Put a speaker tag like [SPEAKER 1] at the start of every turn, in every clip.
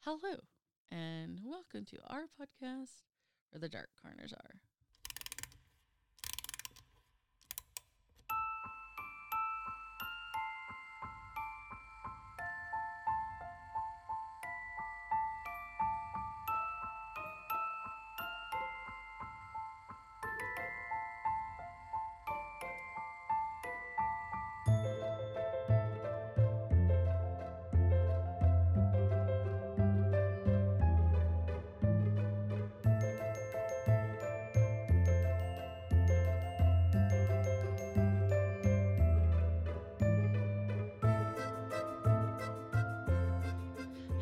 [SPEAKER 1] Hello, and welcome to our podcast where the dark corners are.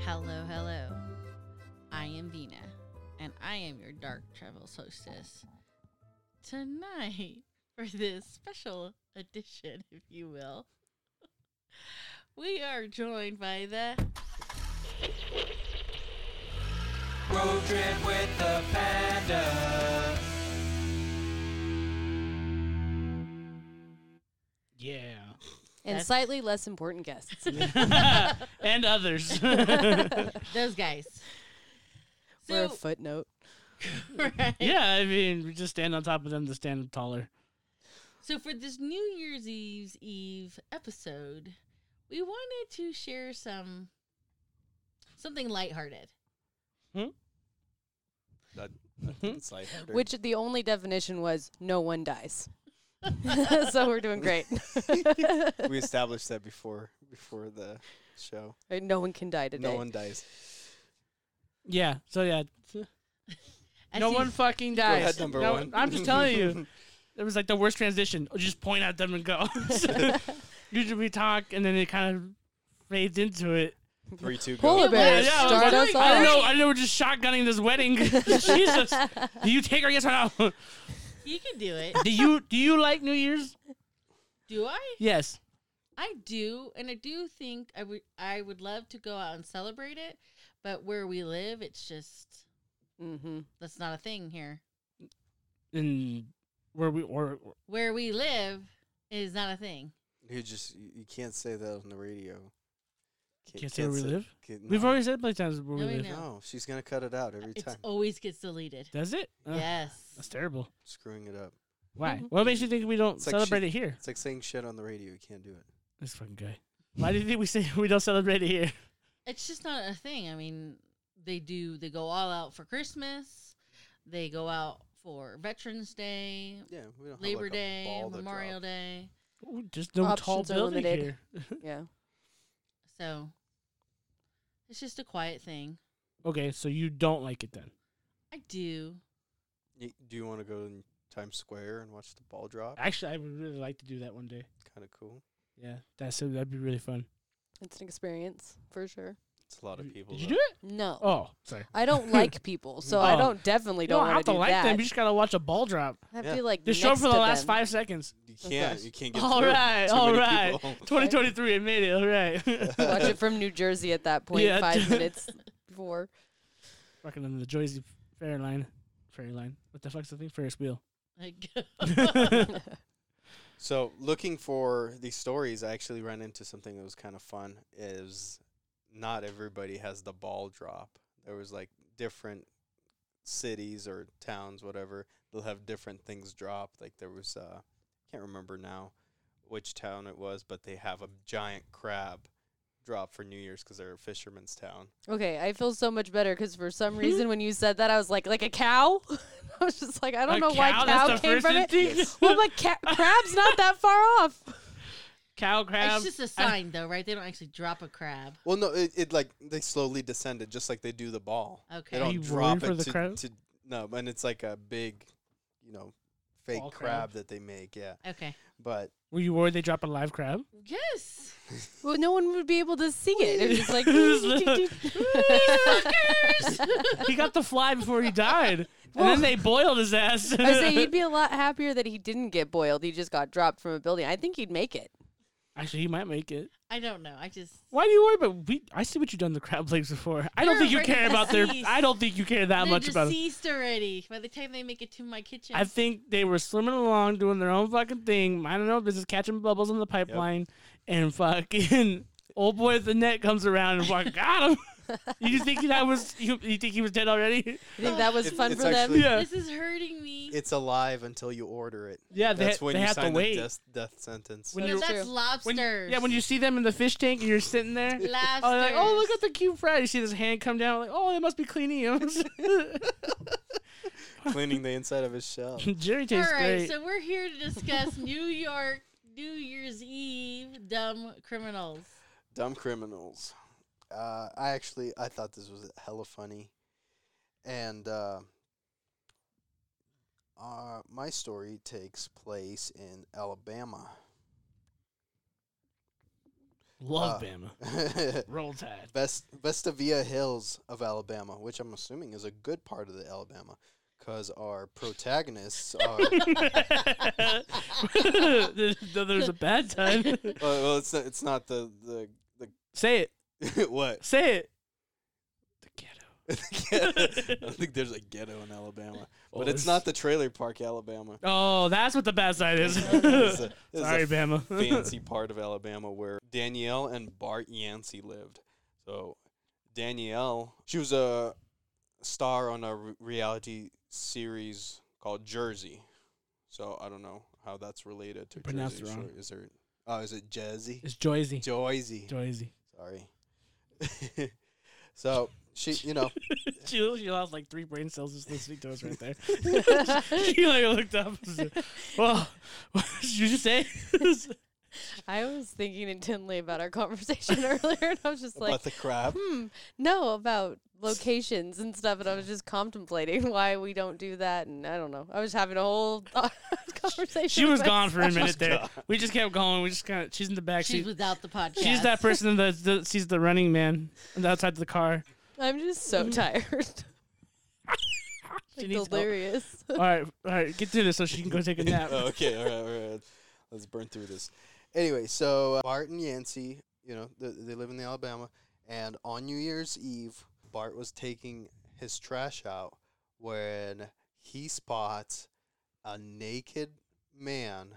[SPEAKER 1] Hello, hello. I am Vina, and I am your dark travel hostess tonight for this special edition, if you will. We are joined by the
[SPEAKER 2] Road trip with the panda.
[SPEAKER 3] Yeah.
[SPEAKER 4] and
[SPEAKER 1] That's-
[SPEAKER 4] slightly less important guests.
[SPEAKER 3] and others. yeah,
[SPEAKER 1] those guys.
[SPEAKER 4] We're a
[SPEAKER 1] So,
[SPEAKER 4] footnote.
[SPEAKER 1] right.
[SPEAKER 3] I mean, we just stand on top of them to stand taller.
[SPEAKER 1] So for this New Year's Eve's Eve episode, we wanted to share some something lighthearted.
[SPEAKER 5] That, I think it's lighthearted.
[SPEAKER 4] Which the only definition was no one dies. so we're doing great.
[SPEAKER 5] we established that before before the show.
[SPEAKER 4] no one can die today.
[SPEAKER 5] No one dies.
[SPEAKER 3] Yeah. So yeah.
[SPEAKER 1] As
[SPEAKER 3] no
[SPEAKER 1] you-
[SPEAKER 3] one fucking dies.
[SPEAKER 5] ahead, number
[SPEAKER 3] No-
[SPEAKER 5] one.
[SPEAKER 3] I'm just telling you. It was like the worst transition. Just point at them and go. Usually we talk and then it kind of fades into it.
[SPEAKER 5] Three, two,
[SPEAKER 4] Polar
[SPEAKER 5] go.
[SPEAKER 4] bears,
[SPEAKER 3] I was like,
[SPEAKER 4] start
[SPEAKER 3] I
[SPEAKER 4] us
[SPEAKER 3] don't
[SPEAKER 4] off.
[SPEAKER 3] know. I know we're just shotgunning this wedding. Jesus. Do you take her yes or no?
[SPEAKER 1] you can do it.
[SPEAKER 3] do you do you like New Year's?
[SPEAKER 1] Do I?
[SPEAKER 3] Yes.
[SPEAKER 1] I do, and I do think I would I would love to go out and celebrate it, but where we live, it's just
[SPEAKER 4] Mm-hmm.
[SPEAKER 1] that's not a thing here.
[SPEAKER 3] And where we or
[SPEAKER 1] Where we live is not a thing.
[SPEAKER 5] You just you you can't say that on the radio.
[SPEAKER 3] Can't say where we live?
[SPEAKER 5] can't-
[SPEAKER 3] We've
[SPEAKER 5] no.
[SPEAKER 3] already said plenty times where
[SPEAKER 1] No,
[SPEAKER 3] we
[SPEAKER 1] we
[SPEAKER 3] live.
[SPEAKER 1] know.
[SPEAKER 5] No, she's gonna cut it out every
[SPEAKER 1] It
[SPEAKER 5] time.
[SPEAKER 1] always gets deleted.
[SPEAKER 3] Does it? Ugh, That's
[SPEAKER 1] yes.
[SPEAKER 3] terrible.
[SPEAKER 5] Screwing it up.
[SPEAKER 3] Why?
[SPEAKER 4] Mhm.
[SPEAKER 3] What makes you think we don't
[SPEAKER 5] It's like
[SPEAKER 3] celebrate
[SPEAKER 5] she-
[SPEAKER 3] it here?
[SPEAKER 5] It's like saying shit on the radio. You can't do it.
[SPEAKER 3] This fucking guy. Why do you think we say we don't celebrate it here?
[SPEAKER 1] It's just not a thing. I mean, they do they go all out for Christmas. They go out for Veterans Day,
[SPEAKER 5] Yeah, we don't.
[SPEAKER 1] Labor
[SPEAKER 5] have like a
[SPEAKER 1] Day,
[SPEAKER 5] ball to
[SPEAKER 1] Memorial
[SPEAKER 5] drop.
[SPEAKER 1] Day.
[SPEAKER 3] Ooh, Just no tall
[SPEAKER 4] Options are
[SPEAKER 3] building
[SPEAKER 4] limited.
[SPEAKER 3] here.
[SPEAKER 4] Yeah.
[SPEAKER 1] So it's just a quiet thing.
[SPEAKER 3] okay, so you don't like it then?
[SPEAKER 1] I do.
[SPEAKER 5] Y- do you want to go in Times Square and watch the ball drop?
[SPEAKER 3] Actually, I would really like to do that one day.
[SPEAKER 5] Kind of cool.
[SPEAKER 3] Yeah, that's that'd be really fun.
[SPEAKER 4] It's an experience for sure.
[SPEAKER 5] It's a lot of
[SPEAKER 3] Did-
[SPEAKER 5] people.
[SPEAKER 3] Did you
[SPEAKER 5] though.
[SPEAKER 3] do it?
[SPEAKER 4] No.
[SPEAKER 3] Oh, sorry.
[SPEAKER 4] I don't like people, so I
[SPEAKER 3] Oh.
[SPEAKER 4] don't definitely
[SPEAKER 3] You don't
[SPEAKER 4] don't
[SPEAKER 3] have
[SPEAKER 4] want
[SPEAKER 3] to
[SPEAKER 4] do
[SPEAKER 3] like
[SPEAKER 4] that.
[SPEAKER 3] them. You just gotta watch a ball drop.
[SPEAKER 4] I have
[SPEAKER 5] Yeah.
[SPEAKER 4] to be like
[SPEAKER 3] Just show up
[SPEAKER 4] next
[SPEAKER 3] for the
[SPEAKER 4] to
[SPEAKER 3] last
[SPEAKER 4] them.
[SPEAKER 3] five seconds.
[SPEAKER 5] You can't. You can't get.
[SPEAKER 3] All
[SPEAKER 5] through.
[SPEAKER 3] right,
[SPEAKER 5] Too
[SPEAKER 3] all
[SPEAKER 5] many
[SPEAKER 3] right.
[SPEAKER 5] people.
[SPEAKER 3] 2023, I made it. All right.
[SPEAKER 4] Watch it from New Jersey at that point,
[SPEAKER 3] Yeah.
[SPEAKER 4] five minutes before.
[SPEAKER 3] Fucking on the Jersey ferry line. Ferry line. What the fuck's the thing? Ferris wheel.
[SPEAKER 1] Like,
[SPEAKER 5] So, looking for these stories, I actually ran into something that was kind of fun. Is not everybody has the ball drop. There was like different cities or towns, whatever. They'll have different things drop. Like there was, uh, I can't remember now which town it was, but they have a giant crab drop for New Year's because they're a fisherman's town.
[SPEAKER 4] Okay, I feel so much better because for some reason when you said that, I was like, like a cow. I was just like, I don't
[SPEAKER 3] A
[SPEAKER 4] know why
[SPEAKER 3] cow?
[SPEAKER 4] cow
[SPEAKER 3] That's the
[SPEAKER 4] came
[SPEAKER 3] first
[SPEAKER 4] from
[SPEAKER 3] instinct?
[SPEAKER 4] it. Well, I'm like ca- crab's not that far off.
[SPEAKER 3] Cow crab.
[SPEAKER 1] it's just a sign, though, right? They don't actually drop a crab.
[SPEAKER 5] Well, no, it, it like they slowly descended, just like they do the ball.
[SPEAKER 1] Okay.
[SPEAKER 5] They
[SPEAKER 3] Are
[SPEAKER 5] don't
[SPEAKER 3] you
[SPEAKER 5] drop
[SPEAKER 3] worried for
[SPEAKER 5] it
[SPEAKER 3] the
[SPEAKER 5] to,
[SPEAKER 3] crab?
[SPEAKER 5] to no, and it's like a big, you know, fake
[SPEAKER 3] Ball
[SPEAKER 5] crab,
[SPEAKER 3] crab.
[SPEAKER 5] that they make. Yeah,
[SPEAKER 1] Okay.
[SPEAKER 5] but
[SPEAKER 3] Were you worried they drop a live crab?
[SPEAKER 1] Yes.
[SPEAKER 4] Well, no one would be able to see it. It was just like,
[SPEAKER 3] he got the fly before he died, and then they boiled his ass.
[SPEAKER 4] I say he'd be a lot happier that he didn't get boiled. He just got dropped from a building. I think he'd make it.
[SPEAKER 3] Actually, he might make it.
[SPEAKER 1] I don't know. I just.
[SPEAKER 3] Why do you worry about? We, I see what you've done to crab legs before. I don't
[SPEAKER 1] They're
[SPEAKER 3] think you
[SPEAKER 1] already
[SPEAKER 3] care about their.
[SPEAKER 1] deceased.
[SPEAKER 3] I don't think you care that
[SPEAKER 1] They're
[SPEAKER 3] much about. it.
[SPEAKER 1] deceased already. By the time they make it to my kitchen,
[SPEAKER 3] I think they were swimming along, doing their own fucking thing, minding their own business, catching bubbles in the pipeline, and fucking old boy at the net comes around and fucking got him. You think that was you, you think he was dead already?
[SPEAKER 4] You think that was
[SPEAKER 5] It's-
[SPEAKER 4] fun
[SPEAKER 5] it's
[SPEAKER 4] for them?
[SPEAKER 5] actually-
[SPEAKER 3] Yeah.
[SPEAKER 1] This is hurting me.
[SPEAKER 5] It's alive until you order it.
[SPEAKER 3] Yeah, they,
[SPEAKER 5] That's
[SPEAKER 3] ha-
[SPEAKER 5] when
[SPEAKER 3] they
[SPEAKER 5] you
[SPEAKER 3] have
[SPEAKER 5] sign
[SPEAKER 3] to wait.
[SPEAKER 5] the death, death sentence.
[SPEAKER 3] When
[SPEAKER 1] no,
[SPEAKER 3] you-
[SPEAKER 1] that's
[SPEAKER 4] True.
[SPEAKER 1] lobsters.
[SPEAKER 3] When- yeah, when you see them in the fish tank and you're sitting there.
[SPEAKER 1] lobsters.
[SPEAKER 3] Oh, they're like, oh, look at the cute fry. You see this hand come down, like, oh, they must be cleaning him.
[SPEAKER 5] Cleaning the inside of his shell.
[SPEAKER 3] Jerry
[SPEAKER 1] All
[SPEAKER 3] tastes
[SPEAKER 1] right,
[SPEAKER 3] great.
[SPEAKER 1] so we're here to discuss New York New Year's Eve dumb criminals.
[SPEAKER 5] Dumb criminals. Uh, I actually I thought this was hella funny, and uh, uh, my story takes place in Alabama.
[SPEAKER 3] Love
[SPEAKER 5] uh,
[SPEAKER 3] Bama. Roll Tide.
[SPEAKER 5] Vest- Vestavia Hills of Alabama, which I'm assuming is a good part of the Alabama, because our protagonists are.
[SPEAKER 3] no, there's a bad time.
[SPEAKER 5] well, well, it's not, it's not the the
[SPEAKER 3] Say it.
[SPEAKER 5] the what.
[SPEAKER 3] Say it. The ghetto.
[SPEAKER 5] I don't think there's a ghetto in Alabama,
[SPEAKER 3] Oh,
[SPEAKER 5] but it's
[SPEAKER 3] this-
[SPEAKER 5] not the trailer park Alabama.
[SPEAKER 3] Oh, that's what the bad side is.
[SPEAKER 5] It's a- it's a
[SPEAKER 3] Sorry, Bama.
[SPEAKER 5] fancy part of Alabama where Danielle and Bart Yancey lived. So Danielle, she was a star on a re- reality series called Jersey. So I don't know how that's related to
[SPEAKER 3] pronounced
[SPEAKER 5] Jersey
[SPEAKER 3] it wrong.
[SPEAKER 5] Shore. Is there? Oh, is it Jersey?
[SPEAKER 3] It's Joyzy.
[SPEAKER 5] Jersey.
[SPEAKER 3] Joyzy.
[SPEAKER 5] Sorry. so she, you know,
[SPEAKER 3] she, she lost like three brain cells just listening to us right there. she like looked up. and said, Well, what did you just say?
[SPEAKER 4] I was thinking intently about our conversation earlier, and I was just like,
[SPEAKER 5] about the crab.
[SPEAKER 4] hmm, no, about locations and stuff. And I was just contemplating why we don't do that. And I don't know. I was having a whole thought- conversation.
[SPEAKER 3] she
[SPEAKER 4] with
[SPEAKER 3] was gone for a
[SPEAKER 4] myself.
[SPEAKER 3] minute there. We just kept going. We just kind of. She's in the back
[SPEAKER 1] She's
[SPEAKER 3] seat.
[SPEAKER 1] without the podcast.
[SPEAKER 3] She's that person that that sees the running man on the outside of the car.
[SPEAKER 4] I'm just so tired.
[SPEAKER 3] She
[SPEAKER 4] like
[SPEAKER 3] needs help.
[SPEAKER 4] delirious.
[SPEAKER 3] All right, all right, get through this so she can go take a nap.
[SPEAKER 5] Oh, okay, all right, all right. Let's burn through this. Anyway, so uh, Bart and Yancey, you know, they, they live in Alabama, and on New Year's Eve, Bart was taking his trash out when he spots a naked man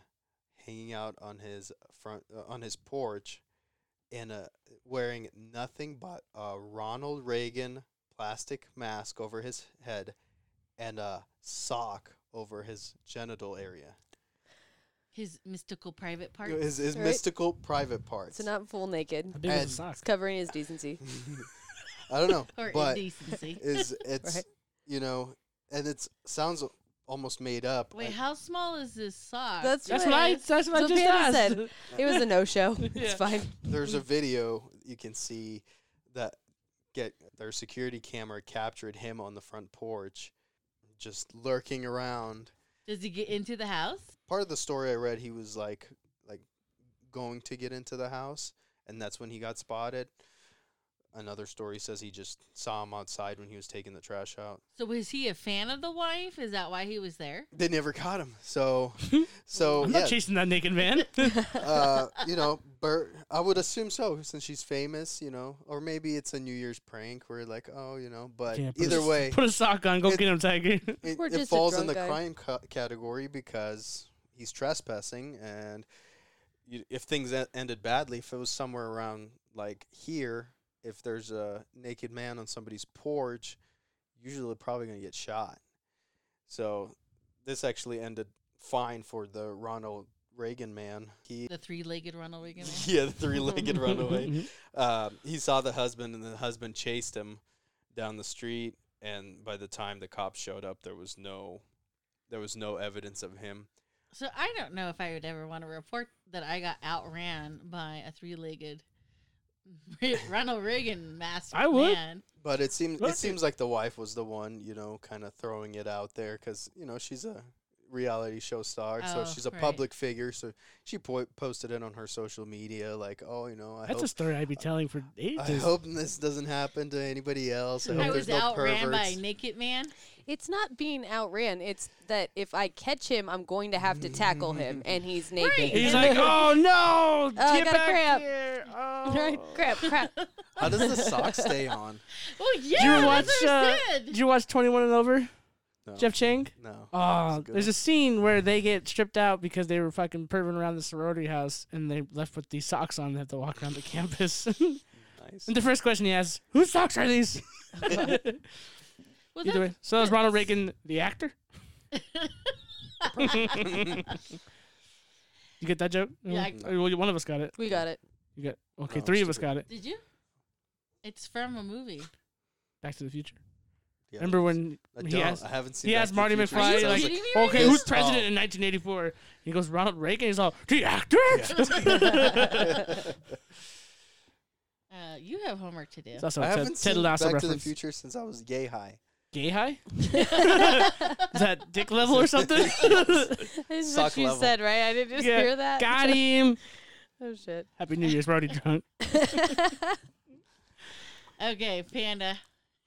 [SPEAKER 5] hanging out on his front uh, on his porch in a wearing nothing but a Ronald Reagan plastic mask over his head and a sock over his genital area.
[SPEAKER 1] His mystical private part.
[SPEAKER 5] His, his
[SPEAKER 4] Right.
[SPEAKER 5] mystical private parts.
[SPEAKER 4] so not full naked.
[SPEAKER 3] How big was the
[SPEAKER 5] And-
[SPEAKER 4] It's
[SPEAKER 3] sock?
[SPEAKER 4] covering his decency.
[SPEAKER 5] I don't know,
[SPEAKER 1] Or
[SPEAKER 5] but
[SPEAKER 1] indecency.
[SPEAKER 5] is it's
[SPEAKER 4] Right.
[SPEAKER 5] you know, and it sounds al- almost made up.
[SPEAKER 1] Wait,
[SPEAKER 5] I-
[SPEAKER 1] how small is this sock?
[SPEAKER 4] That's
[SPEAKER 3] That's what I. That's what I
[SPEAKER 4] So
[SPEAKER 3] just
[SPEAKER 4] Bama
[SPEAKER 3] asked.
[SPEAKER 4] said- It was a no-show. It's
[SPEAKER 3] Yeah.
[SPEAKER 4] fine.
[SPEAKER 5] there's a video you can see that get their security camera captured him on the front porch, just lurking around.
[SPEAKER 1] Does he get into the house?
[SPEAKER 5] Part of the story I read, he was like like going to get into the house, and that's when he got spotted. Another story says he just saw him outside when he was taking the trash out.
[SPEAKER 1] So was he a fan of the wife? Is that why he was there?
[SPEAKER 5] they never caught him. So, so
[SPEAKER 3] I'm
[SPEAKER 5] Oh, yeah,
[SPEAKER 3] not chasing that naked man.
[SPEAKER 5] uh, you know, Bert. I would assume so, since she's famous, you know, or maybe it's a New Year's prank where like, oh, you know, but
[SPEAKER 3] Yeah, put
[SPEAKER 5] either
[SPEAKER 3] a-
[SPEAKER 5] way,
[SPEAKER 3] Put a sock on. Go
[SPEAKER 5] It-
[SPEAKER 3] get him, Tiger.
[SPEAKER 5] it,
[SPEAKER 4] We're
[SPEAKER 5] it
[SPEAKER 4] just a
[SPEAKER 5] falls in
[SPEAKER 4] drunk
[SPEAKER 5] the
[SPEAKER 4] guy.
[SPEAKER 5] crime ca- category because he's trespassing, and you, if things e- ended badly, if it was somewhere around like here, if there's a naked man on somebody's porch, usually they're probably gonna get shot. So this actually ended fine for the Ronald Reagan man. He
[SPEAKER 1] The three-legged Ronald Reagan. man?
[SPEAKER 5] yeah, the three-legged runaway um, he saw the husband, and the husband chased him down the street. And by the time the cops showed up, there was no, there was no evidence of him.
[SPEAKER 1] So I don't know if I would ever want to report that I got outran by a three-legged Ronald Reagan master
[SPEAKER 3] I would.
[SPEAKER 1] man.
[SPEAKER 5] But it seems
[SPEAKER 3] Look,
[SPEAKER 5] it seems like the wife was the one, you know, kind of throwing it out there because you know she's a reality show star, so
[SPEAKER 1] Oh,
[SPEAKER 5] she's a
[SPEAKER 1] right.
[SPEAKER 5] public figure. So she po- posted it on her social media, like, oh, you know, I
[SPEAKER 3] That's a
[SPEAKER 5] hope.
[SPEAKER 3] story I'd be telling for ages.
[SPEAKER 5] I hope this doesn't happen to anybody else. I hope
[SPEAKER 1] I
[SPEAKER 5] there's
[SPEAKER 1] was
[SPEAKER 5] no
[SPEAKER 1] outran by a
[SPEAKER 5] perverts.
[SPEAKER 1] naked man.
[SPEAKER 4] It's not being outran. It's that if I catch him, I'm going to have to tackle him, and he's naked.
[SPEAKER 3] He's like, oh no,
[SPEAKER 4] I
[SPEAKER 3] get
[SPEAKER 4] got a
[SPEAKER 3] back
[SPEAKER 4] cramp."
[SPEAKER 3] here. Oh.
[SPEAKER 4] Right, crap, crap.
[SPEAKER 5] How does the sock stay on?
[SPEAKER 1] Well, Oh, yeah,
[SPEAKER 3] Did you watch?
[SPEAKER 1] that's what
[SPEAKER 3] Uh,
[SPEAKER 1] I said.
[SPEAKER 3] did you watch Twenty One and Over?
[SPEAKER 5] No.
[SPEAKER 3] Jeff Chang.
[SPEAKER 5] No.
[SPEAKER 3] Oh,
[SPEAKER 5] That's a good
[SPEAKER 3] there's
[SPEAKER 5] one.
[SPEAKER 3] a scene where they get stripped out because they were fucking perving around the sorority house, and they left with these socks on. They have to walk around the campus.
[SPEAKER 5] nice.
[SPEAKER 3] And the first question he asks, whose socks are these? Either
[SPEAKER 1] Well,
[SPEAKER 3] way. So that was Ronald Reagan, the actor? You get that joke?
[SPEAKER 1] Yeah, I-
[SPEAKER 3] Uh, Well, one of us got it.
[SPEAKER 4] We got it.
[SPEAKER 3] You got okay.
[SPEAKER 5] No,
[SPEAKER 3] three of us
[SPEAKER 5] stupid.
[SPEAKER 3] got it.
[SPEAKER 1] Did you? It's from a movie.
[SPEAKER 3] Back to the Future.
[SPEAKER 5] Yeah,
[SPEAKER 3] Remember when
[SPEAKER 5] I,
[SPEAKER 3] he
[SPEAKER 5] don't,
[SPEAKER 3] asked?
[SPEAKER 5] I haven't seen.
[SPEAKER 3] he
[SPEAKER 5] Back
[SPEAKER 3] asked
[SPEAKER 5] to the
[SPEAKER 3] Marty
[SPEAKER 5] Future,
[SPEAKER 3] McFly,
[SPEAKER 5] so I was
[SPEAKER 1] like,
[SPEAKER 3] Okay, who's
[SPEAKER 5] Pissed
[SPEAKER 3] president
[SPEAKER 5] off.
[SPEAKER 3] in 1984? He goes Ronald Reagan. He's all the actor.
[SPEAKER 1] Uh, you have homework to do.
[SPEAKER 3] It's also
[SPEAKER 5] I
[SPEAKER 3] a Oh, Ted,
[SPEAKER 5] haven't
[SPEAKER 3] Ted
[SPEAKER 5] seen Back
[SPEAKER 3] Lasso
[SPEAKER 5] to the
[SPEAKER 3] reference.
[SPEAKER 5] Future since I was yay high.
[SPEAKER 3] Gay high? Is that dick level or something?
[SPEAKER 4] This is
[SPEAKER 5] Sock
[SPEAKER 4] what you
[SPEAKER 5] level.
[SPEAKER 4] said, right? I didn't just
[SPEAKER 3] Yeah,
[SPEAKER 4] hear that.
[SPEAKER 3] got him.
[SPEAKER 4] Oh shit.
[SPEAKER 3] Happy New Year's. We're already drunk.
[SPEAKER 1] Okay, Panda.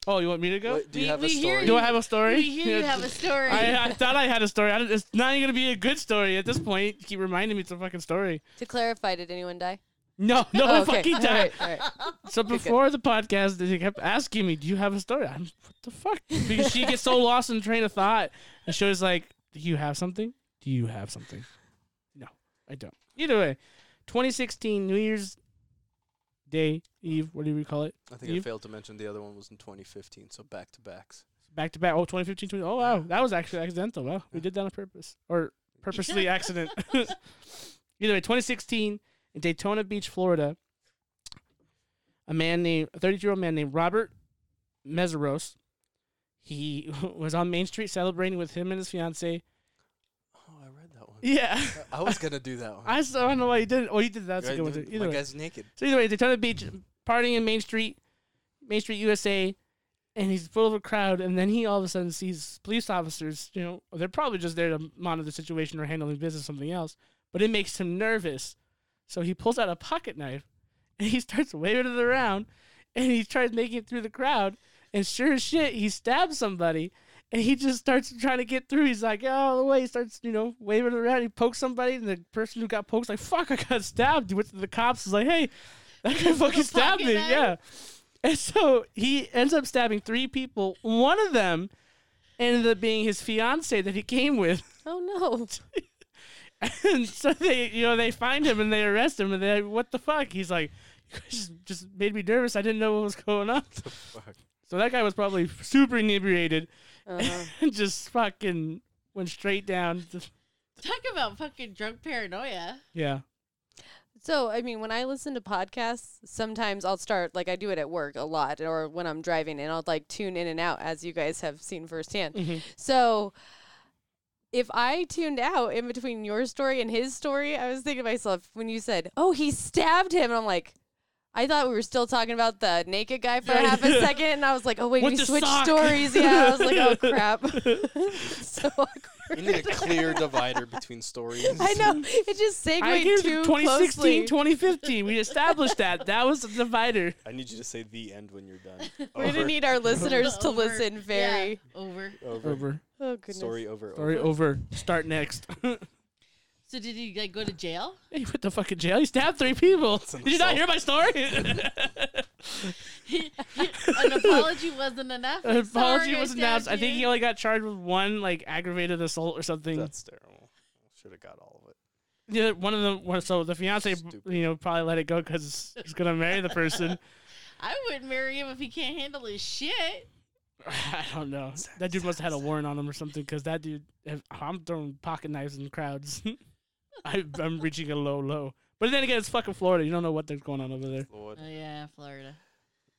[SPEAKER 3] Oh, you want me to go?
[SPEAKER 5] What, do you
[SPEAKER 1] We-
[SPEAKER 5] have a
[SPEAKER 1] we hear
[SPEAKER 5] story?
[SPEAKER 3] Do I have a story?
[SPEAKER 1] We hear you have a story.
[SPEAKER 3] I, I thought I had a story. I don't- it's not even gonna be a good story at this point. You keep reminding me it's a fucking story.
[SPEAKER 4] To clarify, did anyone die?
[SPEAKER 3] No, no
[SPEAKER 4] Oh,
[SPEAKER 3] fucking
[SPEAKER 4] All
[SPEAKER 3] time.
[SPEAKER 4] right, all right.
[SPEAKER 3] So before the podcast, they kept asking me, "Do you have a story?" I'm, what the fuck? Because she gets so lost in the train of thought, and she was like, "Do you have something? Do you have something?" No, I don't. Either way, 2016 New Year's Day Eve, what do we call it?
[SPEAKER 5] I think I
[SPEAKER 3] Eve?
[SPEAKER 5] failed to mention the other one was in 2015, so back to backs.
[SPEAKER 3] Back to back. Oh, 2015. 20, oh wow, that was actually accidental. Wow, we did that on purpose or purposely accident. Either way, 2016 in Daytona Beach, Florida, a man named a 32 year old man named Robert Meseros. He was on Main Street celebrating with him and his fiance.
[SPEAKER 5] Oh, I read that one.
[SPEAKER 3] Yeah,
[SPEAKER 5] I was gonna do that one.
[SPEAKER 3] I, s- I don't know why he didn't. Oh, he did that. That's a good one.
[SPEAKER 5] Right,
[SPEAKER 3] too.
[SPEAKER 5] my
[SPEAKER 3] Either way.
[SPEAKER 5] guy's naked.
[SPEAKER 3] So either way, Daytona Beach partying in Main Street, Main Street USA, and he's full of a crowd. And then he all of a sudden sees police officers. You know, they're probably just there to monitor the situation or handling business, something else. But it makes him nervous, so he pulls out a pocket knife and he starts waving it around, and he tries making it through the crowd. And sure as shit, he stabs somebody. And he just starts trying to get through. He's like, out of the way. He starts, you know, waving it around. He pokes somebody, and the person who got poked's like, fuck, I got stabbed. He went to the cops. He's like, hey, that guy fucking stabbed me.
[SPEAKER 1] Pocket knife.
[SPEAKER 3] Yeah. And so he ends up stabbing three people. One of them ended up being his fiance that he came with.
[SPEAKER 4] Oh no.
[SPEAKER 3] and so they, you know, they find him and they arrest him. And they're like, what the fuck? He's like, you guys just- just made me nervous. I didn't know what was going on.
[SPEAKER 5] Fuck.
[SPEAKER 3] So that guy was probably super inebriated
[SPEAKER 4] Uh-huh.
[SPEAKER 3] and just fucking went straight down. to-
[SPEAKER 1] Talk about fucking drunk paranoia.
[SPEAKER 3] yeah.
[SPEAKER 4] So, I mean, when I listen to podcasts, sometimes I'll start, like, I do it at work a lot or when I'm driving, and I'll, like, tune in and out, as you guys have seen firsthand.
[SPEAKER 3] Mm-hmm.
[SPEAKER 4] So, if I tuned out in between your story and his story, I was thinking to myself, when you said, oh, he stabbed him, and I'm like, I thought we were still talking about the naked guy for half a second, and I was like, oh, wait,
[SPEAKER 3] With
[SPEAKER 4] we
[SPEAKER 3] the
[SPEAKER 4] switched
[SPEAKER 3] sock.
[SPEAKER 4] stories. Yeah, I was like, oh, crap. so awkward.
[SPEAKER 5] We need a clear divider between stories.
[SPEAKER 4] I know. It just segued
[SPEAKER 3] I gave
[SPEAKER 4] too
[SPEAKER 3] it 2016,
[SPEAKER 4] closely.
[SPEAKER 3] 2015. We established that. That was the divider.
[SPEAKER 5] I need you to say the end when you're done.
[SPEAKER 4] We're gonna need our listeners to
[SPEAKER 1] Over-
[SPEAKER 4] listen very.
[SPEAKER 1] yeah, over.
[SPEAKER 5] over.
[SPEAKER 3] Over.
[SPEAKER 4] Oh goodness.
[SPEAKER 5] Story over.
[SPEAKER 3] Story
[SPEAKER 5] over.
[SPEAKER 3] over. Start next. hey,
[SPEAKER 1] So did he like go to jail?
[SPEAKER 3] what the fucking jail? He stabbed three people.
[SPEAKER 5] an
[SPEAKER 3] Did you
[SPEAKER 5] assault.
[SPEAKER 3] not hear my story?
[SPEAKER 1] An apology wasn't enough.
[SPEAKER 3] An
[SPEAKER 1] Sorry,
[SPEAKER 3] apology was
[SPEAKER 1] stabbed
[SPEAKER 3] announced. I think
[SPEAKER 1] you.
[SPEAKER 3] he only got charged with one like aggravated assault or something.
[SPEAKER 5] That's terrible. Should have got all of it.
[SPEAKER 3] the other- one of them. well, So the fiance,
[SPEAKER 5] Stupid.
[SPEAKER 3] you know, probably let it go because he's gonna marry the person.
[SPEAKER 1] I wouldn't marry him if he can't handle his shit.
[SPEAKER 3] I don't know. That dude must have had a warrant on him or something because that dude, if- I'm throwing pocket knives in crowds. I, I'm reaching a low, low. But then again, it's fucking Florida. You don't know what's going on over there.
[SPEAKER 5] Lord.
[SPEAKER 1] Oh yeah, Florida.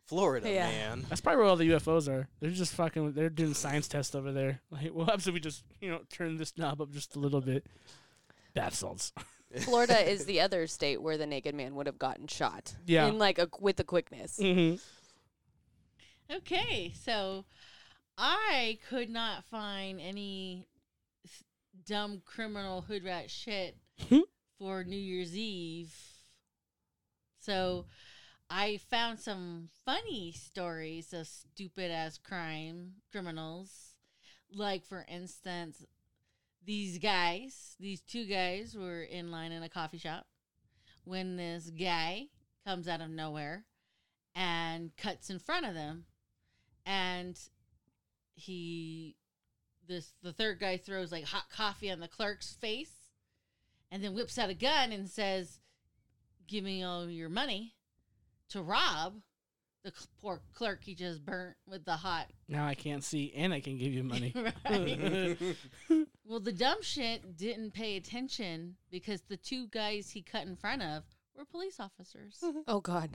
[SPEAKER 5] Florida,
[SPEAKER 4] Yeah.
[SPEAKER 5] man.
[SPEAKER 3] That's probably where all the UFOs are. They're just fucking, they're doing science tests over there. Like, what happens if we just, you know, turn this knob up just a little bit? Bath salts.
[SPEAKER 4] Florida is the other state where the naked man would have gotten shot.
[SPEAKER 3] Yeah.
[SPEAKER 4] In like a with the quickness.
[SPEAKER 3] Mm-hmm.
[SPEAKER 1] Okay, so I could not find any s- dumb criminal hood rat shit for New Year's Eve. So I found some funny stories of stupid ass crime criminals. Like, for instance, these guys, these two guys were in line in a coffee shop when this guy comes out of nowhere and cuts in front of them and he this the third guy throws like hot coffee on the clerk's face and then whips out a gun and says give me all your money to rob the c- poor clerk he just burnt with the hot.
[SPEAKER 3] Now I can't see, and I can give you money.
[SPEAKER 1] right? well, the dumb shit didn't pay attention because the two guys he cut in front of were police officers.
[SPEAKER 4] Oh God,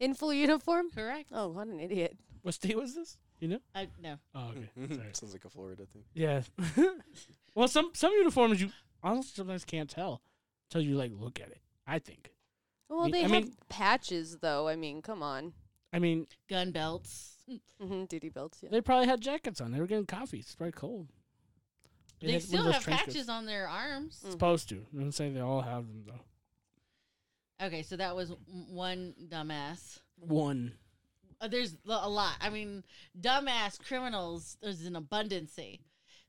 [SPEAKER 4] in full uniform.
[SPEAKER 1] Correct?
[SPEAKER 4] Oh, what an idiot!
[SPEAKER 3] what state was this? You know?
[SPEAKER 1] I, no.
[SPEAKER 3] Oh, okay.
[SPEAKER 1] Mm-hmm.
[SPEAKER 3] Sorry.
[SPEAKER 5] Sounds like a Florida thing.
[SPEAKER 3] Yeah. well, some some uniforms you honestly sometimes can't tell until you like look at it. I think.
[SPEAKER 4] Well,
[SPEAKER 3] Me-
[SPEAKER 4] they
[SPEAKER 3] I
[SPEAKER 4] have
[SPEAKER 3] mean-
[SPEAKER 4] patches though. I mean, come on,
[SPEAKER 3] I mean,
[SPEAKER 1] Gun belts.
[SPEAKER 4] hmm duty belts. Yeah.
[SPEAKER 3] they probably had jackets on. They were getting coffee. It's probably cold.
[SPEAKER 1] They
[SPEAKER 3] had one of
[SPEAKER 1] still
[SPEAKER 3] those
[SPEAKER 1] have
[SPEAKER 3] trench coats.
[SPEAKER 1] patches on their arms.
[SPEAKER 3] Supposed to. I'm not saying they all have them though.
[SPEAKER 1] Okay, so that was m- one dumbass.
[SPEAKER 3] One.
[SPEAKER 1] Uh, there's lo- a lot. I mean, dumbass criminals, there's an abundancy.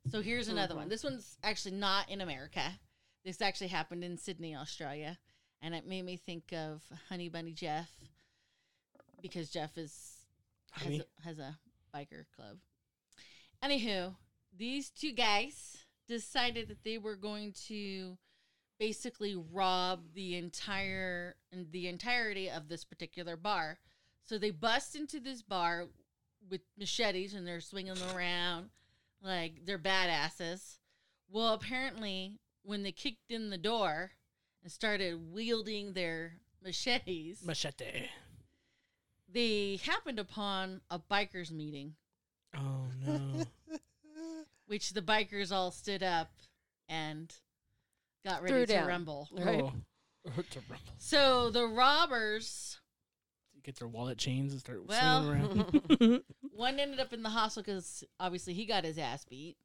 [SPEAKER 1] So here's another one. This one's actually not in America. This actually happened in Sydney, Australia. And it made me think of Honey Bunny Jeff because Jeff is has
[SPEAKER 3] Honey.
[SPEAKER 1] a, has a biker club. Anywho, these two guys decided that they were going to basically rob the entire the entirety of this particular bar. So they bust into this bar with machetes and they're swinging them around like they're badasses. Well, apparently, when they kicked in the door and started wielding their machetes,
[SPEAKER 3] Machete.
[SPEAKER 1] they happened upon a bikers meeting,
[SPEAKER 3] Oh no.
[SPEAKER 1] which the bikers all stood up and got ready
[SPEAKER 4] Threw
[SPEAKER 1] to
[SPEAKER 4] down.
[SPEAKER 1] rumble.
[SPEAKER 4] Right.
[SPEAKER 3] Oh. It's a rumble.
[SPEAKER 1] So the robbers,
[SPEAKER 3] Get their wallet chains and start
[SPEAKER 1] Well.
[SPEAKER 3] swinging around.
[SPEAKER 1] one ended up in the hospital because obviously he got his ass beat.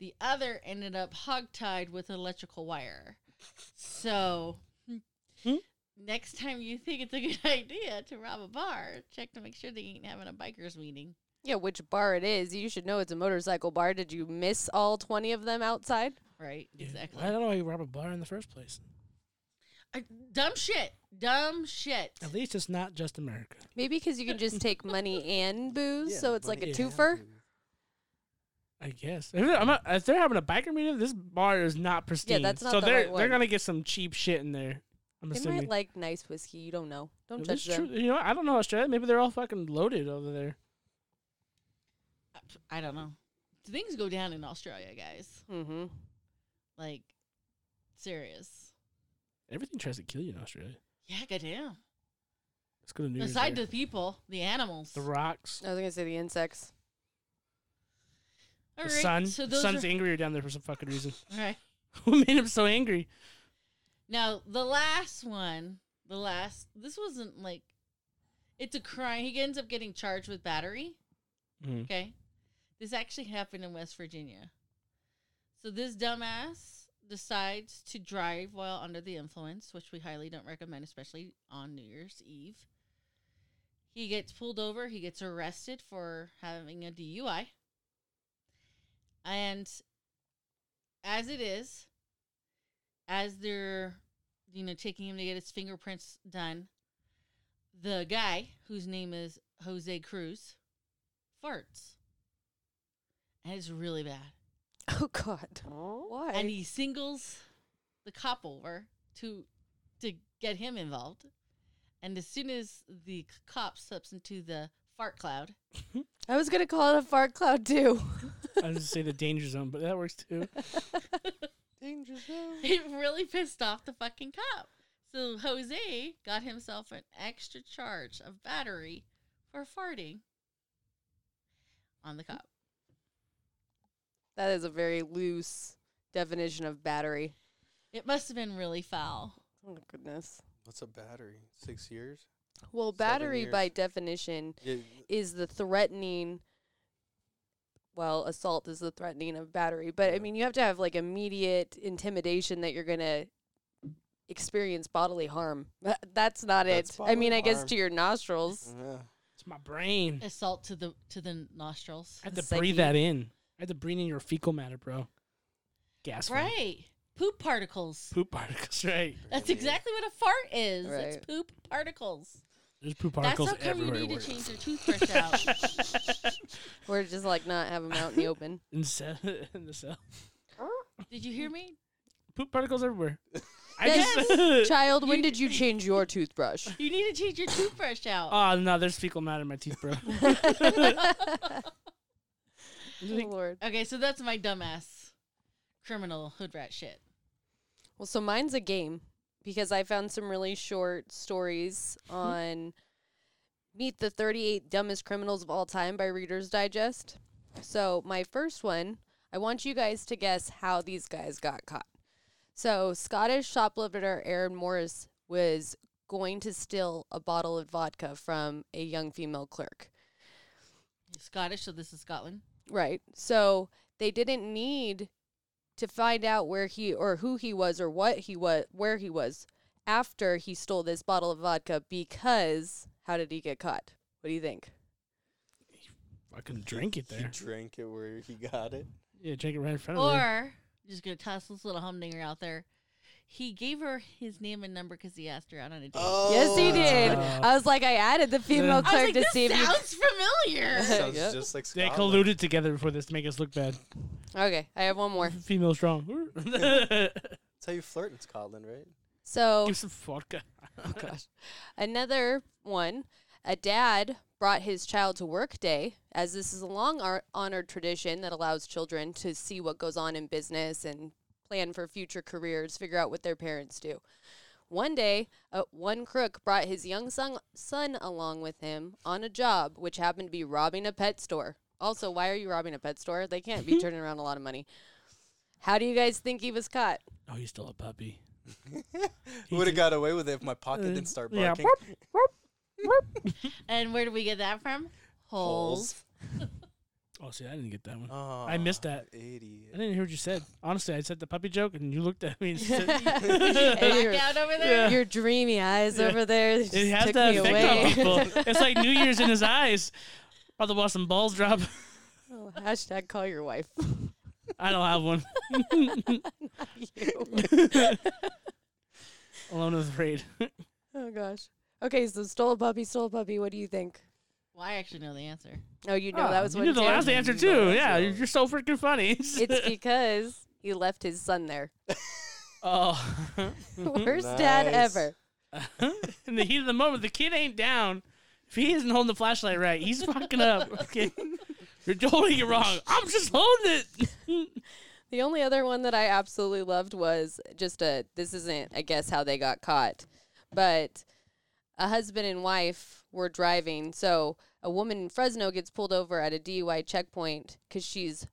[SPEAKER 1] The other ended up hogtied with electrical wire. So
[SPEAKER 3] Hmm?
[SPEAKER 1] next time you think it's a good idea to rob a bar, check to make sure they ain't having a bikers meeting.
[SPEAKER 4] Yeah, which bar it is? You should know it's a motorcycle bar. Did you miss all twenty of them outside?
[SPEAKER 1] Right?
[SPEAKER 3] Yeah.
[SPEAKER 1] Exactly.
[SPEAKER 3] I don't know why you rob a bar in the first place.
[SPEAKER 1] I- dumb shit. Dumb shit.
[SPEAKER 3] At least it's not just America.
[SPEAKER 4] Maybe because you can just take money and booze,
[SPEAKER 5] Yeah,
[SPEAKER 4] so it's like a
[SPEAKER 3] money and
[SPEAKER 4] twofer.
[SPEAKER 3] I guess if they're, I'm not, if they're having a biker meeting, this bar is not pristine.
[SPEAKER 4] that's not
[SPEAKER 3] so
[SPEAKER 4] the
[SPEAKER 3] they're
[SPEAKER 4] right
[SPEAKER 3] they're
[SPEAKER 4] one.
[SPEAKER 3] gonna get some cheap shit in there. I'm
[SPEAKER 4] They
[SPEAKER 3] assuming.
[SPEAKER 4] might like nice whiskey. You don't know. Don't
[SPEAKER 3] That's
[SPEAKER 4] judge them.
[SPEAKER 3] true. You know, what? I don't know Australia. Maybe they're all fucking loaded over there.
[SPEAKER 1] I don't know. Things go down in Australia, guys.
[SPEAKER 4] Mm-hmm.
[SPEAKER 1] Like, serious.
[SPEAKER 3] Everything tries to kill you in Australia.
[SPEAKER 1] Yeah, goddamn.
[SPEAKER 3] Let's go to New Year's
[SPEAKER 1] Beside
[SPEAKER 3] there.
[SPEAKER 1] the people, the animals.
[SPEAKER 3] the rocks,
[SPEAKER 4] I was gonna say the insects.
[SPEAKER 1] All
[SPEAKER 3] the
[SPEAKER 1] right,
[SPEAKER 3] sun.
[SPEAKER 1] So
[SPEAKER 3] the
[SPEAKER 1] those
[SPEAKER 3] sun's
[SPEAKER 1] are,
[SPEAKER 3] angrier down there for some fucking reason.
[SPEAKER 1] all right.
[SPEAKER 3] Who made him so angry?
[SPEAKER 1] Now the last one, the last. This wasn't like, it's a crime. He ends up getting charged with battery.
[SPEAKER 4] Hmm.
[SPEAKER 3] Mhm.
[SPEAKER 1] Okay, this actually happened in West Virginia. So this dumbass decides to drive while under the influence, which we highly don't recommend, especially on New Year's Eve. He gets pulled over. He gets arrested for having a DUI. And as it is, as they're, you know, taking him to get his fingerprints done, the guy whose name is Jose Cruz farts. And it's really bad.
[SPEAKER 4] Oh God. Why?
[SPEAKER 1] And he singles the cop over to to get him involved. And as soon as the c- cop steps into the fart cloud,
[SPEAKER 4] I was gonna call it a fart cloud too.
[SPEAKER 3] I was gonna say the danger zone, but that works too.
[SPEAKER 5] Danger
[SPEAKER 1] it really pissed off the fucking cop. So Jose got himself an extra charge of battery for farting on the cop.
[SPEAKER 4] that is a very loose definition of battery.
[SPEAKER 1] It must have been really foul.
[SPEAKER 4] Oh goodness.
[SPEAKER 5] What's a battery? Six years?
[SPEAKER 4] Well,
[SPEAKER 5] Seven
[SPEAKER 4] battery by
[SPEAKER 5] years.
[SPEAKER 4] definition
[SPEAKER 5] Yeah,
[SPEAKER 4] is the threatening. Well, assault is the threatening of battery, but I
[SPEAKER 5] Yeah.
[SPEAKER 4] mean, you have to have like immediate intimidation that you're gonna experience bodily harm. That's not
[SPEAKER 5] That's
[SPEAKER 4] it. I mean,
[SPEAKER 5] bodily
[SPEAKER 4] I guess
[SPEAKER 5] harm.
[SPEAKER 4] to your nostrils.
[SPEAKER 5] yeah.
[SPEAKER 3] It's my brain.
[SPEAKER 1] Assault to the to the nostrils.
[SPEAKER 3] I had to
[SPEAKER 4] Psyche.
[SPEAKER 3] breathe that in. I had to breathe in your fecal matter, bro. Gas. form.
[SPEAKER 1] Right. Poop particles.
[SPEAKER 3] Poop particles. Right.
[SPEAKER 1] That's exactly what a fart is.
[SPEAKER 4] Right.
[SPEAKER 1] It's poop particles.
[SPEAKER 3] There's poop particles
[SPEAKER 1] That's how come you
[SPEAKER 3] everywhere.
[SPEAKER 1] need
[SPEAKER 3] it
[SPEAKER 1] to
[SPEAKER 3] works.
[SPEAKER 1] change your toothbrush out.
[SPEAKER 5] Mm-hmm.
[SPEAKER 4] We're just like not have them out in the open.
[SPEAKER 3] in, se- in the cell.
[SPEAKER 1] Did you hear me?
[SPEAKER 3] poop particles everywhere. I
[SPEAKER 4] Yes.
[SPEAKER 3] just
[SPEAKER 4] Child, when
[SPEAKER 1] You-
[SPEAKER 4] did you change your toothbrush?
[SPEAKER 1] You need to change your toothbrush out.
[SPEAKER 3] Oh no, there's fecal matter in my teeth, bro.
[SPEAKER 4] Oh, Lord.
[SPEAKER 1] okay, so that's my dumbass criminal hood rat shit.
[SPEAKER 4] Well, so mine's a game because I found some really short stories on Meet the 38 Dumbest Criminals of All Time by Reader's Digest. So, my first one, I want you guys to guess how these guys got caught. So, Scottish shoplifter Aaron Morris was going to steal a bottle of vodka from a young female clerk.
[SPEAKER 1] He's Scottish, so this is Scotland.
[SPEAKER 4] Right. So they didn't need to find out where he or who he was or what he was, where he was after he stole this bottle of vodka because how did he get caught? What do you think?
[SPEAKER 3] I can drink it
[SPEAKER 5] He
[SPEAKER 3] there.
[SPEAKER 5] drank it where he got it.
[SPEAKER 3] Yeah, drink it right in front of her.
[SPEAKER 1] Or just gonna toss this little humdinger out there. He gave her his name and number because he asked her out on a date.
[SPEAKER 4] yes, he did.
[SPEAKER 3] Oh.
[SPEAKER 4] I was like, I added the female
[SPEAKER 1] I was
[SPEAKER 4] clerk
[SPEAKER 1] like,
[SPEAKER 4] to
[SPEAKER 1] this
[SPEAKER 4] see if you.
[SPEAKER 1] sounds familiar.
[SPEAKER 5] Sounds
[SPEAKER 4] Yep.
[SPEAKER 5] just like
[SPEAKER 3] They
[SPEAKER 5] Scotland.
[SPEAKER 3] colluded together before this to make us look bad.
[SPEAKER 4] Okay, I have one more.
[SPEAKER 3] Female strong. Give
[SPEAKER 5] That's how you flirt in Scotland, right?
[SPEAKER 4] So
[SPEAKER 3] some vodka.
[SPEAKER 4] gosh. Another one, a dad brought his child to work day, as this is a long ar- honored tradition that allows children to see what goes on in business and plan for future careers, figure out what their parents do. One day, uh, one crook brought his young son, son along with him on a job, which happened to be robbing a pet store. Also, why are you robbing a pet store? They can't be turning around a lot of money. How do you guys think he was caught?
[SPEAKER 3] Oh, he's still a puppy.
[SPEAKER 5] Would have got away with it if my pocket didn't start
[SPEAKER 3] Uh, Yeah.
[SPEAKER 5] barking.
[SPEAKER 1] and where do we get that from? Holes.
[SPEAKER 3] Oh, see, I didn't get that one.
[SPEAKER 5] Oh,
[SPEAKER 3] I missed that. I
[SPEAKER 5] Idiot.
[SPEAKER 3] didn't hear what you said. Honestly, I said the puppy joke, and you looked at me. And said,
[SPEAKER 4] You're-
[SPEAKER 1] Blackout over there.
[SPEAKER 4] Your dreamy eyes
[SPEAKER 3] Yeah.
[SPEAKER 4] over there just
[SPEAKER 3] it has
[SPEAKER 4] took
[SPEAKER 3] that
[SPEAKER 4] me
[SPEAKER 3] effect
[SPEAKER 4] away.
[SPEAKER 3] on people. It's like New Year's in his eyes. About to watch some balls drop.
[SPEAKER 4] Oh, hashtag call your wife.
[SPEAKER 3] I don't have one.
[SPEAKER 4] You.
[SPEAKER 3] Alone is afraid.
[SPEAKER 4] oh gosh. Okay, so stole a puppy, stole a puppy. What do you think?
[SPEAKER 1] Well, I actually know the answer.
[SPEAKER 4] Oh, you know
[SPEAKER 3] Oh,
[SPEAKER 4] that was
[SPEAKER 3] you
[SPEAKER 4] one
[SPEAKER 3] did
[SPEAKER 4] too.
[SPEAKER 3] the last answer
[SPEAKER 5] You
[SPEAKER 3] too.
[SPEAKER 5] know that was
[SPEAKER 3] yeah,
[SPEAKER 5] the
[SPEAKER 3] you're,
[SPEAKER 5] other
[SPEAKER 3] you're so freaking funny.
[SPEAKER 4] it's because he left his son there.
[SPEAKER 3] oh,
[SPEAKER 4] Worst dad
[SPEAKER 5] Nice.
[SPEAKER 4] ever.
[SPEAKER 3] in the heat of the moment, the kid ain't down. If he isn't holding the flashlight right, he's fucking up. Okay, you're holding it wrong. I'm just holding it.
[SPEAKER 4] The only other one that I absolutely loved was just a this isn't I guess how they got caught, but a husband and wife were driving. So a woman in Fresno gets pulled over at a DUI checkpoint because she's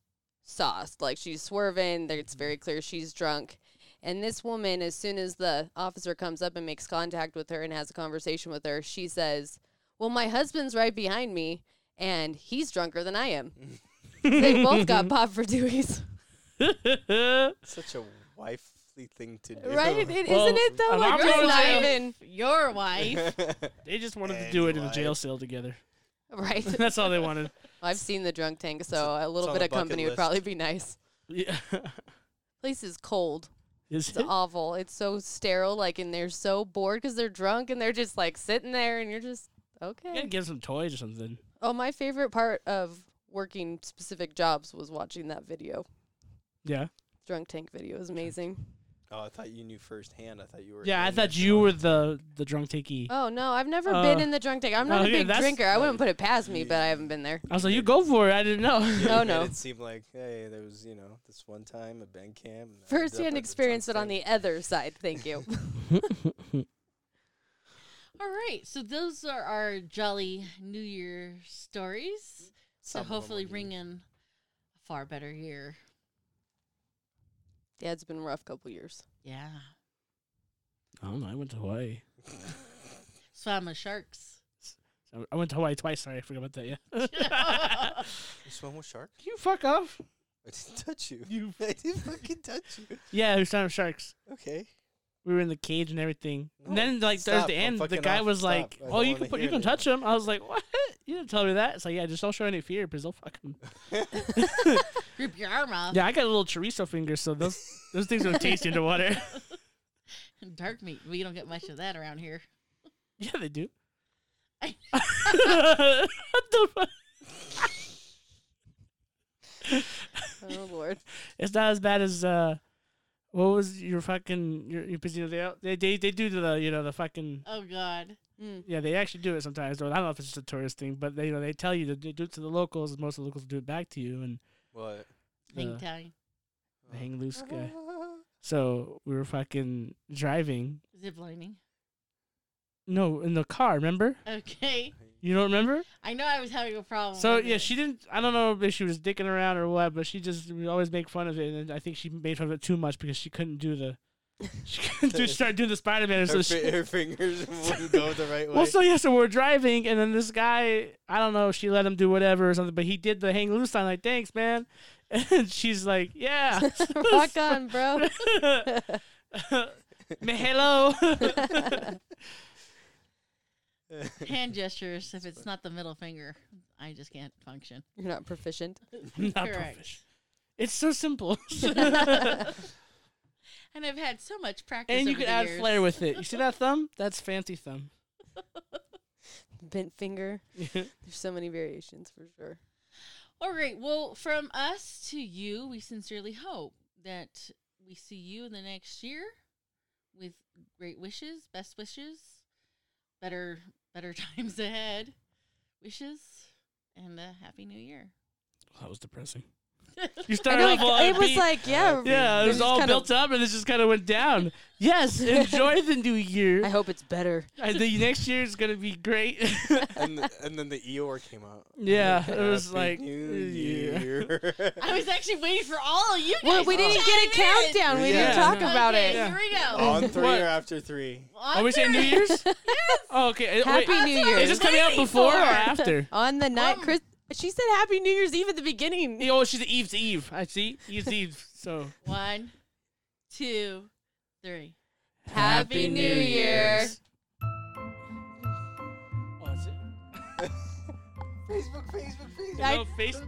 [SPEAKER 4] sauced, like she's swerving. there- It's very clear she's drunk. And this woman, as soon as the officer comes up and makes contact with her and has a conversation with her, she says, "Well, my husband's right behind me, and he's drunker than I am." they both got popped for doohies.
[SPEAKER 5] Such a wifely thing to do.
[SPEAKER 4] Right? It, it,
[SPEAKER 3] Well,
[SPEAKER 4] not it though?
[SPEAKER 3] and
[SPEAKER 4] Like,
[SPEAKER 3] I'm
[SPEAKER 4] it's
[SPEAKER 3] going
[SPEAKER 4] not
[SPEAKER 3] to-
[SPEAKER 4] even
[SPEAKER 1] Your wife.
[SPEAKER 3] they just wanted to do it in a jail
[SPEAKER 5] Anyway.
[SPEAKER 3] cell together.
[SPEAKER 4] right.
[SPEAKER 3] That's all they wanted.
[SPEAKER 4] I've seen the drunk tank, so a
[SPEAKER 5] it's
[SPEAKER 4] little
[SPEAKER 5] on
[SPEAKER 4] bit
[SPEAKER 5] the
[SPEAKER 4] of company
[SPEAKER 5] bucket
[SPEAKER 4] would probably be nice.
[SPEAKER 3] Yeah.
[SPEAKER 4] Place is cold.
[SPEAKER 3] Is
[SPEAKER 4] It's awful. It's so sterile. Like, and they're so bored because they're drunk and they're just like sitting there, and you're just okay.
[SPEAKER 3] Yeah, give some toys or something.
[SPEAKER 4] Oh, my favorite part of working specific jobs was watching that video.
[SPEAKER 3] Yeah.
[SPEAKER 4] Drunk tank video is amazing.
[SPEAKER 5] Oh, I thought you knew firsthand. I thought you were.
[SPEAKER 3] Yeah, I
[SPEAKER 5] in
[SPEAKER 3] thought
[SPEAKER 5] it.
[SPEAKER 3] you were the the drunk takey.
[SPEAKER 4] Oh no, I've never been
[SPEAKER 3] Uh,
[SPEAKER 4] in the drunk tank. I'm not
[SPEAKER 3] okay,
[SPEAKER 4] a big
[SPEAKER 3] that's-
[SPEAKER 4] drinker. I wouldn't put it past me, but I haven't been there.
[SPEAKER 3] I was like, you go for it. I didn't know.
[SPEAKER 5] Yeah, you
[SPEAKER 4] Oh,
[SPEAKER 5] made
[SPEAKER 4] no.
[SPEAKER 5] It seemed like hey, there was you know this one time at band camp. and I ended
[SPEAKER 4] First
[SPEAKER 5] up at
[SPEAKER 4] hand
[SPEAKER 5] the
[SPEAKER 4] experience, but
[SPEAKER 5] drunk
[SPEAKER 4] on the other side. Thank you.
[SPEAKER 1] All right, so those are our jolly New Year stories.
[SPEAKER 5] Some
[SPEAKER 1] so
[SPEAKER 5] of 'em
[SPEAKER 1] hopefully,
[SPEAKER 5] were
[SPEAKER 1] ring in a far better year.
[SPEAKER 4] Dad's been a rough couple years.
[SPEAKER 1] Yeah,
[SPEAKER 3] I don't know. I went to Hawaii.
[SPEAKER 1] swam with sharks.
[SPEAKER 3] So I went to Hawaii twice. Sorry, I forgot about that. Yeah.
[SPEAKER 1] That's
[SPEAKER 5] dead. You swam with shark?
[SPEAKER 3] you fuck off.
[SPEAKER 5] I didn't touch you.
[SPEAKER 3] You.
[SPEAKER 5] I didn't fucking touch you.
[SPEAKER 3] Yeah, we started with sharks.
[SPEAKER 5] Okay.
[SPEAKER 3] We were in the cage and everything.
[SPEAKER 5] No,
[SPEAKER 3] and then, like
[SPEAKER 5] stop,
[SPEAKER 3] towards the
[SPEAKER 5] I'm
[SPEAKER 3] end, the
[SPEAKER 5] fucking
[SPEAKER 3] guy
[SPEAKER 5] off,
[SPEAKER 3] was
[SPEAKER 5] stop,
[SPEAKER 3] like,
[SPEAKER 5] I
[SPEAKER 3] "Oh,
[SPEAKER 5] don't
[SPEAKER 3] you
[SPEAKER 5] wanna
[SPEAKER 3] can put,
[SPEAKER 5] hear
[SPEAKER 3] you can
[SPEAKER 5] this.
[SPEAKER 3] touch him." I was like, "What? You didn't tell me that." It's like, "Yeah, just don't show any fear, because they'll fucking."
[SPEAKER 1] Rip your arm off.
[SPEAKER 3] Yeah, I got a little chorizo finger, so those those things don't taste underwater.
[SPEAKER 1] Dark meat. We don't get much of that around here.
[SPEAKER 3] yeah, they do.
[SPEAKER 1] I-
[SPEAKER 3] what the fuck?
[SPEAKER 4] Oh Lord. Oh,
[SPEAKER 3] It's not as bad as uh, What was your fucking your, your you know, they, they they they do the you know the fucking
[SPEAKER 1] Oh God.
[SPEAKER 4] Mm.
[SPEAKER 3] yeah they actually do it sometimes. Or I don't know if it's just a tourist thing, but they you know they tell you to do do it to the locals. and Most of the locals do it back to you and
[SPEAKER 5] What?
[SPEAKER 1] Hang
[SPEAKER 3] Uh,
[SPEAKER 1] time.
[SPEAKER 3] the hang loose guy. So we were fucking driving.
[SPEAKER 1] Zip lining.
[SPEAKER 3] No, in the car. Remember?
[SPEAKER 1] Okay.
[SPEAKER 3] You don't remember?
[SPEAKER 1] I know Oh, I was having a problem.
[SPEAKER 3] So
[SPEAKER 1] with
[SPEAKER 3] yeah,
[SPEAKER 1] it.
[SPEAKER 3] she didn't. I don't know if she was dicking around or what, but she just would always make fun of it, and I think she made fun of it too much because she couldn't do the. She couldn't do, start doing the Spider Man.
[SPEAKER 5] Her,
[SPEAKER 3] So
[SPEAKER 5] fi-
[SPEAKER 3] she,
[SPEAKER 5] her fingers wouldn't go the right way.
[SPEAKER 3] well, so yeah, so we're driving, and then this guy, I don't know, she let him do whatever or something, but he did the hang loose sign, like thanks, man, and she's like, yeah,
[SPEAKER 4] Rock on, bro.
[SPEAKER 3] Me- hello.
[SPEAKER 1] hand gestures. If it's not the middle finger, I just can't function.
[SPEAKER 4] You're not proficient.
[SPEAKER 3] I'm not
[SPEAKER 1] Correct.
[SPEAKER 3] professional. It's so simple,
[SPEAKER 1] And I've had so much practice.
[SPEAKER 3] and you
[SPEAKER 1] over
[SPEAKER 3] can
[SPEAKER 1] the
[SPEAKER 3] add
[SPEAKER 1] years.
[SPEAKER 3] flair with it. You see that thumb? That's fancy thumb.
[SPEAKER 4] Bent finger. There's so many variations for sure.
[SPEAKER 1] All right. Well, from us to you, we sincerely hope that we see you in the next year with great wishes, best wishes, better better times ahead, wishes, and a happy new year.
[SPEAKER 3] That was depressing. You started
[SPEAKER 4] I
[SPEAKER 3] off all
[SPEAKER 4] know, it, it was
[SPEAKER 3] upbeat.
[SPEAKER 4] like, yeah.
[SPEAKER 3] yeah, it was
[SPEAKER 4] just
[SPEAKER 3] all
[SPEAKER 4] kinda-
[SPEAKER 3] built up, and it just kind of went down. Yes, enjoy the new year.
[SPEAKER 4] I hope it's better.
[SPEAKER 3] I think next year is gonna be great.
[SPEAKER 5] and, th- and then the Eeyore came out.
[SPEAKER 3] Yeah,
[SPEAKER 5] Like,
[SPEAKER 3] it was
[SPEAKER 5] "Happy
[SPEAKER 3] like,
[SPEAKER 5] New
[SPEAKER 3] yeah."
[SPEAKER 5] Year.
[SPEAKER 1] I was actually waiting for all of you guys.
[SPEAKER 4] Well, we
[SPEAKER 1] to
[SPEAKER 4] didn't get a
[SPEAKER 1] chime in.
[SPEAKER 4] countdown. We didn't
[SPEAKER 5] Yeah.
[SPEAKER 4] talk about
[SPEAKER 1] okay,
[SPEAKER 4] it.
[SPEAKER 3] Yeah.
[SPEAKER 1] Here we go.
[SPEAKER 5] On three
[SPEAKER 3] What?
[SPEAKER 5] or after three?
[SPEAKER 1] On
[SPEAKER 3] Are we Oh, saying New
[SPEAKER 1] three.
[SPEAKER 3] Year's? Oh, okay. uh, wait,
[SPEAKER 4] Happy New Year.
[SPEAKER 3] is this coming out
[SPEAKER 1] Waiting
[SPEAKER 3] before or
[SPEAKER 1] for.
[SPEAKER 3] after?
[SPEAKER 4] On the night,
[SPEAKER 1] Um,
[SPEAKER 4] Chris. She said Happy New Year's Eve at the beginning.
[SPEAKER 3] Oh, she's Eve to Eve. I see. Eve's Eve. So
[SPEAKER 1] One, two, three.
[SPEAKER 4] Happy New Year's.
[SPEAKER 3] Oh, is it?
[SPEAKER 5] Facebook, Facebook, Facebook.
[SPEAKER 4] I-
[SPEAKER 3] No face.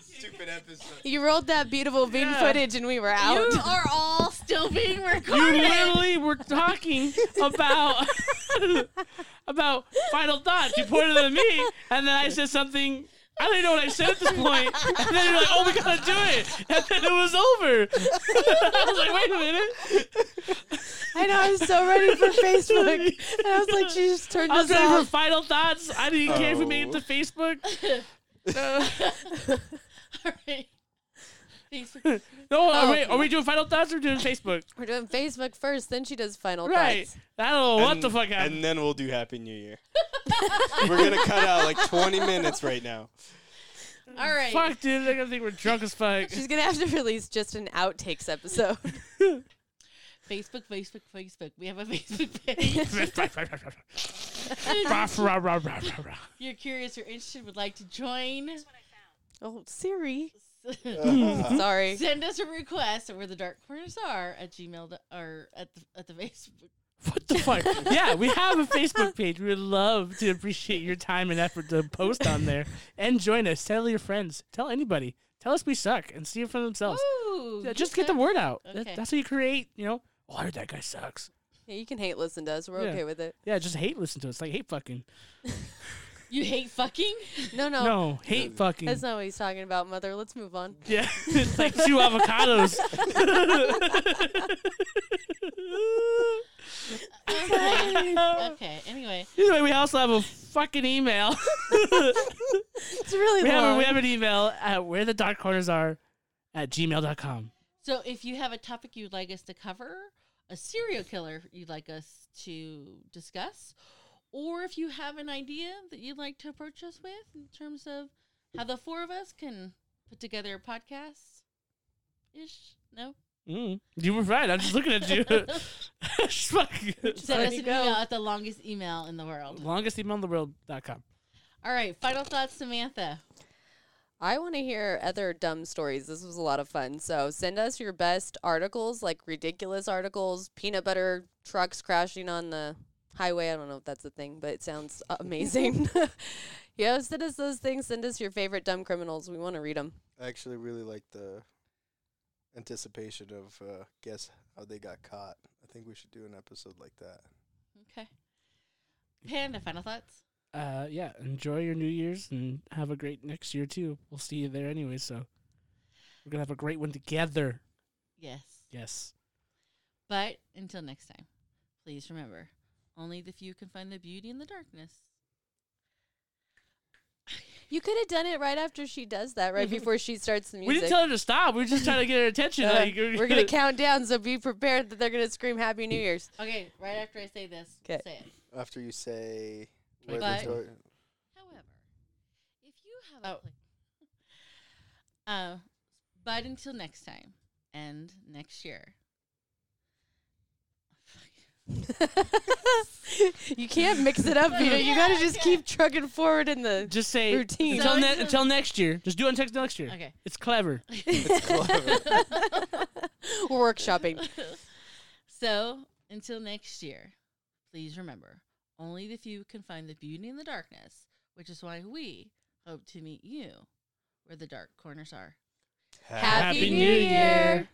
[SPEAKER 5] Stupid episode.
[SPEAKER 4] You rolled that beautiful bean
[SPEAKER 3] Yeah.
[SPEAKER 4] footage, and we were out.
[SPEAKER 1] You are all still being
[SPEAKER 3] You
[SPEAKER 1] recorded.
[SPEAKER 3] literally were talking about about final thoughts. You pointed at me, and then I said something. I don't even know what I said at this point. And then you're like, "Oh, we gotta do it," and then it was over. I was like, "Wait a minute."
[SPEAKER 4] I know. I was so ready for Facebook. And I was like, she just turned
[SPEAKER 3] I was
[SPEAKER 4] us
[SPEAKER 3] ready for
[SPEAKER 4] off.
[SPEAKER 3] final thoughts. I didn't care if we made it
[SPEAKER 5] Oh.
[SPEAKER 3] to Facebook. Uh,
[SPEAKER 1] all right. Facebook.
[SPEAKER 3] no, are
[SPEAKER 4] Oh.
[SPEAKER 3] we, are we doing final thoughts or doing Facebook?
[SPEAKER 4] We're doing Facebook first, then she does final
[SPEAKER 3] Right.
[SPEAKER 4] thoughts.
[SPEAKER 3] I don't know what
[SPEAKER 5] And-
[SPEAKER 3] the fuck happened.
[SPEAKER 5] And then we'll do Happy New Year. We're gonna cut out like 20 minutes right now.
[SPEAKER 1] All right.
[SPEAKER 3] Fuck, dude. They're gonna think we're drunk as fuck.
[SPEAKER 4] She's gonna have to release just an outtakes episode.
[SPEAKER 1] Facebook, Facebook, Facebook. We have a Facebook page. If you're curious or interested, would like to join,
[SPEAKER 4] oh, Siri.
[SPEAKER 5] Uh,
[SPEAKER 4] Sorry.
[SPEAKER 1] send us a request at where the dark corners are at gmail dot- or at the, at the Facebook.
[SPEAKER 3] What the fuck? yeah, we have a Facebook page. We would love to appreciate your time and effort to post on there and join us. Tell your friends. Tell anybody. Tell us we suck and see it for themselves.
[SPEAKER 1] Ooh,
[SPEAKER 3] Yeah, Just get the word out. That-
[SPEAKER 1] Okay.
[SPEAKER 3] that's how you create, you know, oh, I heard that guy sucks.
[SPEAKER 4] Yeah, you can hate listen to us. We're
[SPEAKER 3] Yeah.
[SPEAKER 4] okay with it.
[SPEAKER 3] Yeah, just hate listen to us. Like, hate fucking.
[SPEAKER 1] You hate fucking?
[SPEAKER 4] No, no.
[SPEAKER 3] No, hate fucking.
[SPEAKER 4] That's not what he's talking about, mother. Let's move on.
[SPEAKER 3] Yeah, it's like two avocados.
[SPEAKER 1] Okay. okay. Anyway,
[SPEAKER 3] anyway, we also have a fucking email.
[SPEAKER 4] It's really
[SPEAKER 3] we, have a,
[SPEAKER 4] long.
[SPEAKER 3] we have an email at where the dark corners are at gmail.com.
[SPEAKER 1] so if you have a topic you'd like us to cover, a serial killer you'd like us to discuss, or if you have an idea that you'd like to approach us with in terms of how the four of us can put together a podcast ish. No?
[SPEAKER 3] Mm. You were right. I'm just looking at you. Fuck.
[SPEAKER 1] Send us
[SPEAKER 4] you
[SPEAKER 1] an
[SPEAKER 4] go.
[SPEAKER 1] email at the longest email in the world.
[SPEAKER 3] Longest email in the world dot com.
[SPEAKER 1] All right, final thoughts, Samantha.
[SPEAKER 4] I want to hear other dumb stories. This was a lot of fun. So send us your best articles, like ridiculous articles, peanut butter trucks crashing on the highway. I don't know if that's a thing, but it sounds amazing. yeah, send us those things. Send us your favorite dumb criminals. We want to read them.
[SPEAKER 5] I actually really like the anticipation of uh, guess how they got caught. I think we should do an episode like that.
[SPEAKER 1] Okay. Panda, final thoughts.
[SPEAKER 3] uh, yeah, enjoy your New Year's and have a great next year too. We'll see you there anyway. So we're gonna have a great one together.
[SPEAKER 1] Yes.
[SPEAKER 3] Yes.
[SPEAKER 1] But until next time, please remember only the few can find the beauty in the darkness.
[SPEAKER 4] You could have done it right after she does that, right before she starts the music.
[SPEAKER 3] We didn't tell her to stop. We were just trying to get her attention.
[SPEAKER 4] Uh,
[SPEAKER 3] like,
[SPEAKER 4] we're gonna count down, so be prepared that they're gonna scream "Happy New Year's."
[SPEAKER 1] Okay, right after I say this,
[SPEAKER 4] 'Kay.
[SPEAKER 1] say it.
[SPEAKER 5] After you say,
[SPEAKER 3] Try
[SPEAKER 5] where the
[SPEAKER 1] to-
[SPEAKER 5] story-
[SPEAKER 1] However, if you have a pla- uh, but until next time and next year.
[SPEAKER 4] you can't mix it up, Vita. You gotta just keep trucking forward in the.
[SPEAKER 3] just say
[SPEAKER 4] routine.
[SPEAKER 3] until,
[SPEAKER 1] So
[SPEAKER 3] ne-
[SPEAKER 1] it's a-
[SPEAKER 3] until next year. Just do it until next year.
[SPEAKER 1] Okay.
[SPEAKER 3] It's clever.
[SPEAKER 4] We're workshopping.
[SPEAKER 1] so until next year, please remember only the few can find the beauty in the darkness, which is why we hope to meet you where the dark corners are.
[SPEAKER 4] Happy New Year.